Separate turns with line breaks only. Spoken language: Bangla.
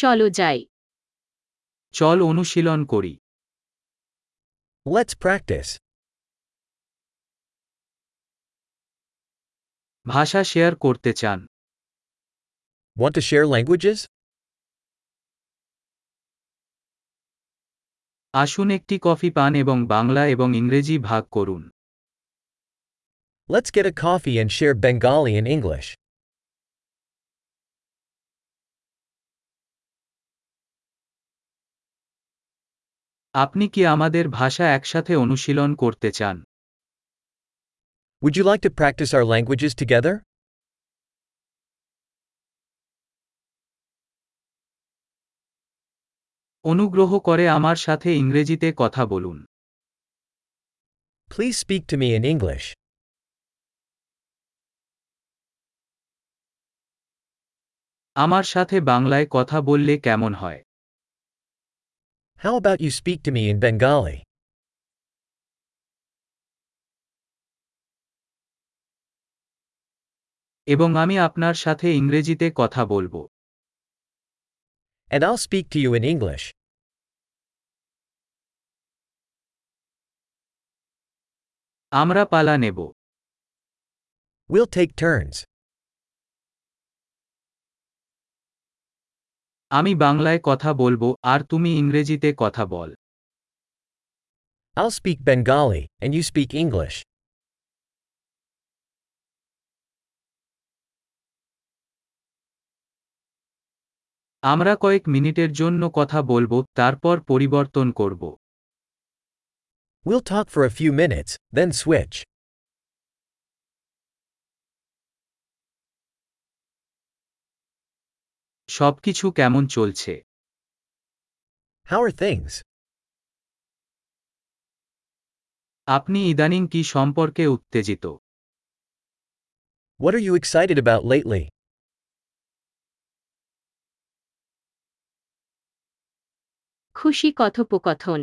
চলো যাই
চল অনুশীলন করি
Let's practice.
ভাষা শেয়ার করতে চান
Want to share languages?
আসুন একটি কফি পান এবং বাংলা এবং ইংরেজি ভাগ করুন
Let's get a coffee and share Bengali and English.
আপনি কি আমাদের ভাষা একসাথে অনুশীলন করতে চান
Would you like to practice our languages together?
অনুগ্রহ করে আমার সাথে ইংরেজিতে কথা বলুন
Please speak to me in English.
আমার সাথে বাংলায় কথা বললে কেমন হয়
How about you speak to me in Bengali?
এবং আমি আপনার সাথে ইংরেজিতে কথা বলবো
And I'll speak to you in English.
আমরা পালা নেব
We'll take turns.
আমি বাংলায় কথা বলবো আর তুমি ইংরেজিতে কথা বল
I'll speak Bengali, and you speak English.
আমরা কয়েক মিনিটের জন্য কথা বলবো তারপর পরিবর্তন করব
We'll talk for a few minutes, then switch.
সবকিছু কেমন চলছে
How are things?
আপনি ইদানিং কি সম্পর্কে উত্তেজিত
What are you excited about lately?
খুশি কথোপকথন